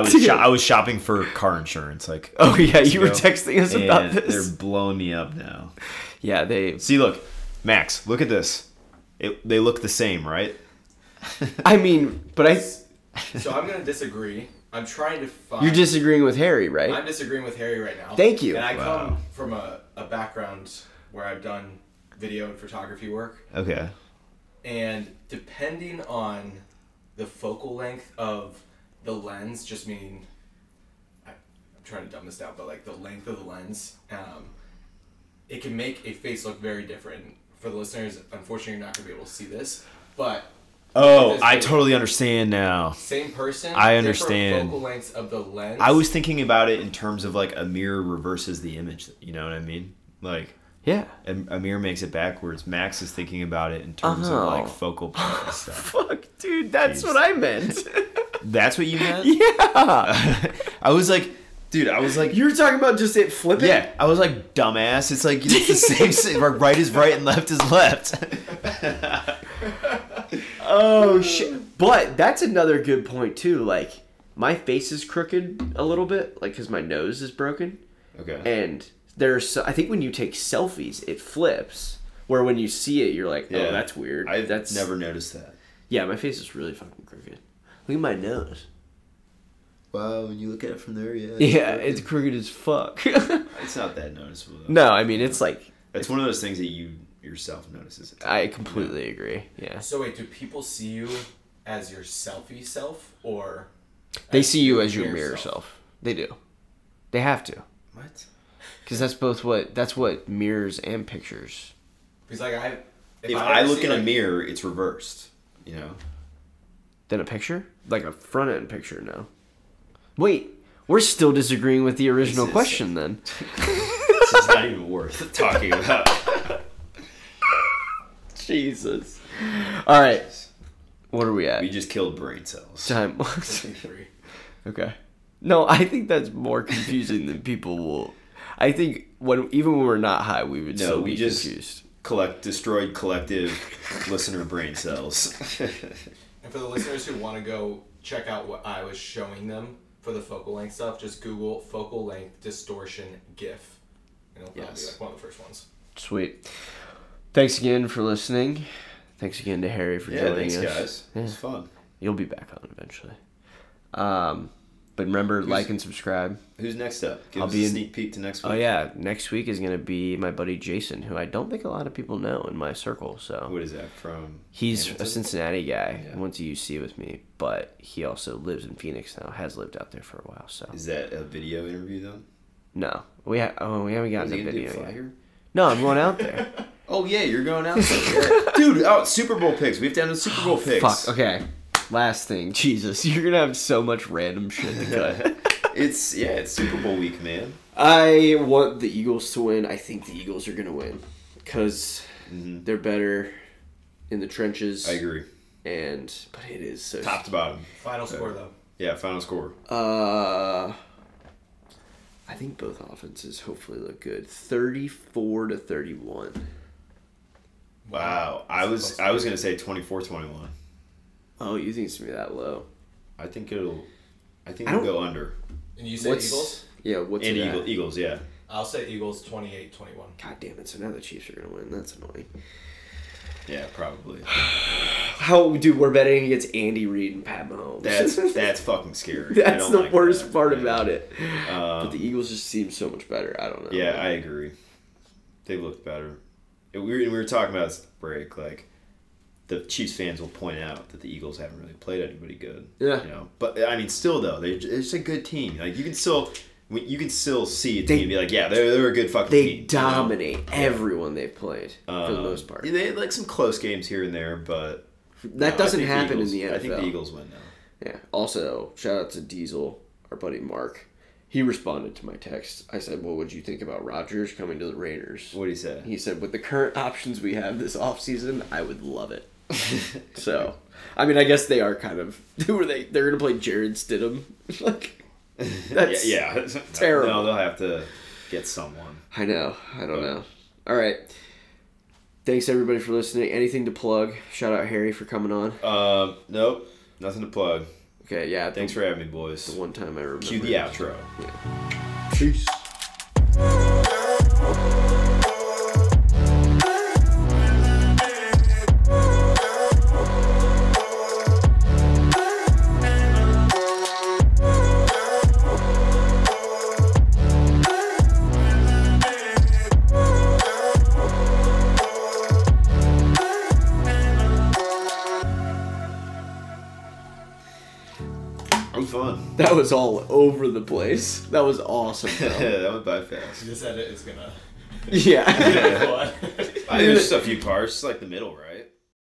was
Dude.
sho- I was shopping for car insurance. Like,
Oh yeah, you were
ago,
texting us about
and
this.
They're blowing me up now.
Yeah, they
See, look, Max, look at this. It, they look the same, right?
I mean, but I
So I'm gonna disagree. I'm trying to find.
You're disagreeing with Harry, right?
I'm disagreeing with Harry right now.
Thank you.
And I
Wow.
come from a, a background where I've done video and photography work.
Okay.
and depending on the focal length of the lens, just meaning, I, I'm trying to dumb this down, but like the length of the lens, um, it can make a face look very different. For the listeners, unfortunately, you're not gonna be able to see this, but
Oh,
Because
I
they-
totally understand now.
same person,
I
different
understand.
focal lengths of the lens.
I was thinking about it in terms of like a mirror reverses the image. You know what I mean? Like
yeah.
a, a mirror makes it backwards. Max is thinking about it in terms
Oh.
of like focal point and stuff.
Fuck, dude, that's
Jeez.
what I meant.
That's what you meant.
yeah.
I was like, dude, I was like,
You were talking about just it flipping?
Yeah, I was like, dumbass. It's like it's the same thing. Like, right is right and left is left.
Oh, shit. But that's another good point, too. Like, my face is crooked a little bit, like, because my nose is broken.
okay.
And there's, so, I think when you take selfies, it flips. Where when you see it, you're like, oh,
Yeah.
that's weird.
I've
that's
never noticed that.
Yeah, my face is really fucking crooked. Look at my nose.
Wow, when you look at it from there, yeah.
Yeah, it's crooked as fuck.
It's not that noticeable. Though.
no, I mean, it's like,
That's one of those things that you yourself notices.
I completely agree. Yeah.
So wait, do people see you as your selfie self or?
They
as
see you as your mirror
self?
self. They do. They have to,
What?
because that's both what that's what mirrors and pictures.
Because like I,
If,
I've
I
ever
look
seen,
in a
like-
mirror, it's reversed. You know.
Then a picture, like a front end picture. No. Wait, we're still disagreeing with the original
This is-
question. Then
This is not even worth talking about.
Jesus. All right, what are we
We
at?
just killed brain cells.
Time.
Three.
okay. No, I think that's more confusing than people will. I think when even when we're not high, we would
No,
still
we
be
just-
confused.
Collect destroyed collective listener brain cells.
And for the listeners who want to go check out what I was showing them for the focal length stuff, just Google focal length distortion GIF. And it'll probably
Yes.
be like one of the first ones.
Sweet. Thanks again for listening. Thanks again to Harry for
yeah,
joining
thanks
us.
guys. It was fun.
You'll be back on eventually. Um,
But remember, like and subscribe.
Who's next up? Give
I'll
us
be
a
in-
sneak peek to next week.
Oh yeah, next week is gonna be my buddy Jason, who I don't think a lot of people know in my circle. So
What is that from?
he's a
Hamilton?
Cincinnati guy.
Yeah.
Went to UC with me, but he also lives in Phoenix now. Has lived out there for a while. So
Is that a video interview though?
no, we ha- oh we haven't
Is
gotten
he
a
gonna do
video
fly
yet.
here?
No, I'm going out there.
Oh yeah, you're going out, there. dude. Oh, Super Bowl picks. We've done the Super Bowl picks.
Oh, Fuck. Okay. Last thing, Jesus, you're gonna have so much random shit to cut.
It's yeah, it's Super Bowl week, man.
I want the Eagles to win. I think the Eagles are going to win because they're better in the trenches.
Mm-hmm. I agree.
And but it is so
Top to bottom.
Final score though.
Yeah, final score.
Uh, I think both offenses hopefully look good. Thirty-four to thirty-one.
Wow. I was I was gonna say 24-21.
Oh, you think it's gonna be that low?
I think it'll. I think
I
it'll
don't-
go under.
And you said Eagles?
Yeah, what's
And
it at?
Eagle, Eagles, yeah.
I'll say Eagles 28 21.
God damn it! So now the Chiefs are gonna win. That's annoying.
Yeah, probably.
How, dude? We're betting against Andy Reid and Pat Mahomes.
That's that's fucking scary. I
That's
don't
the
like
worst
that.
part
Yeah.
about it.
Um,
But the Eagles just seem so much better. I don't know.
Yeah, I agree. They looked better. And We were, we were talking about this at the break. Like, the Chiefs fans will point out that the Eagles haven't really played anybody good.
Yeah.
You know, but I mean, still though, they it's a good team. Like you can still when- you can still see a team
They-
and be like, yeah, they're, they're a good fucking
they
team. you know?
dominate everyone they've played for the
Um,
most part.
They had, like some close games here and there, but no, I
that doesn't
think
happen
Eagles-
in the NFL.
I think the Eagles win now.
Yeah. Also, shout out to Diesel, our buddy Mark. He responded to my text. I said, "What would you think about Rodgers coming to the Raiders?"
What do you say?
He said, "With the current options we have this offseason, I would love it." so, I mean, I guess they are kind of who are they? They're gonna play Jared Stidham. like, that's
yeah, yeah.
terrible.
No, they'll have to get someone.
I know. I don't
But-
know. All right. Thanks everybody for listening. Anything to plug? Shout out Harry for coming on.
Um, nope, nothing to plug.
Okay, yeah.
Thanks for having me, boys.
the one time I remember.
Cue the outro.
Peace.
It was fun.
That was all over the place. That was awesome. though.
that went by fast.
This edit is gonna.
yeah.
What?
I, there's just a few parts, like the middle, right?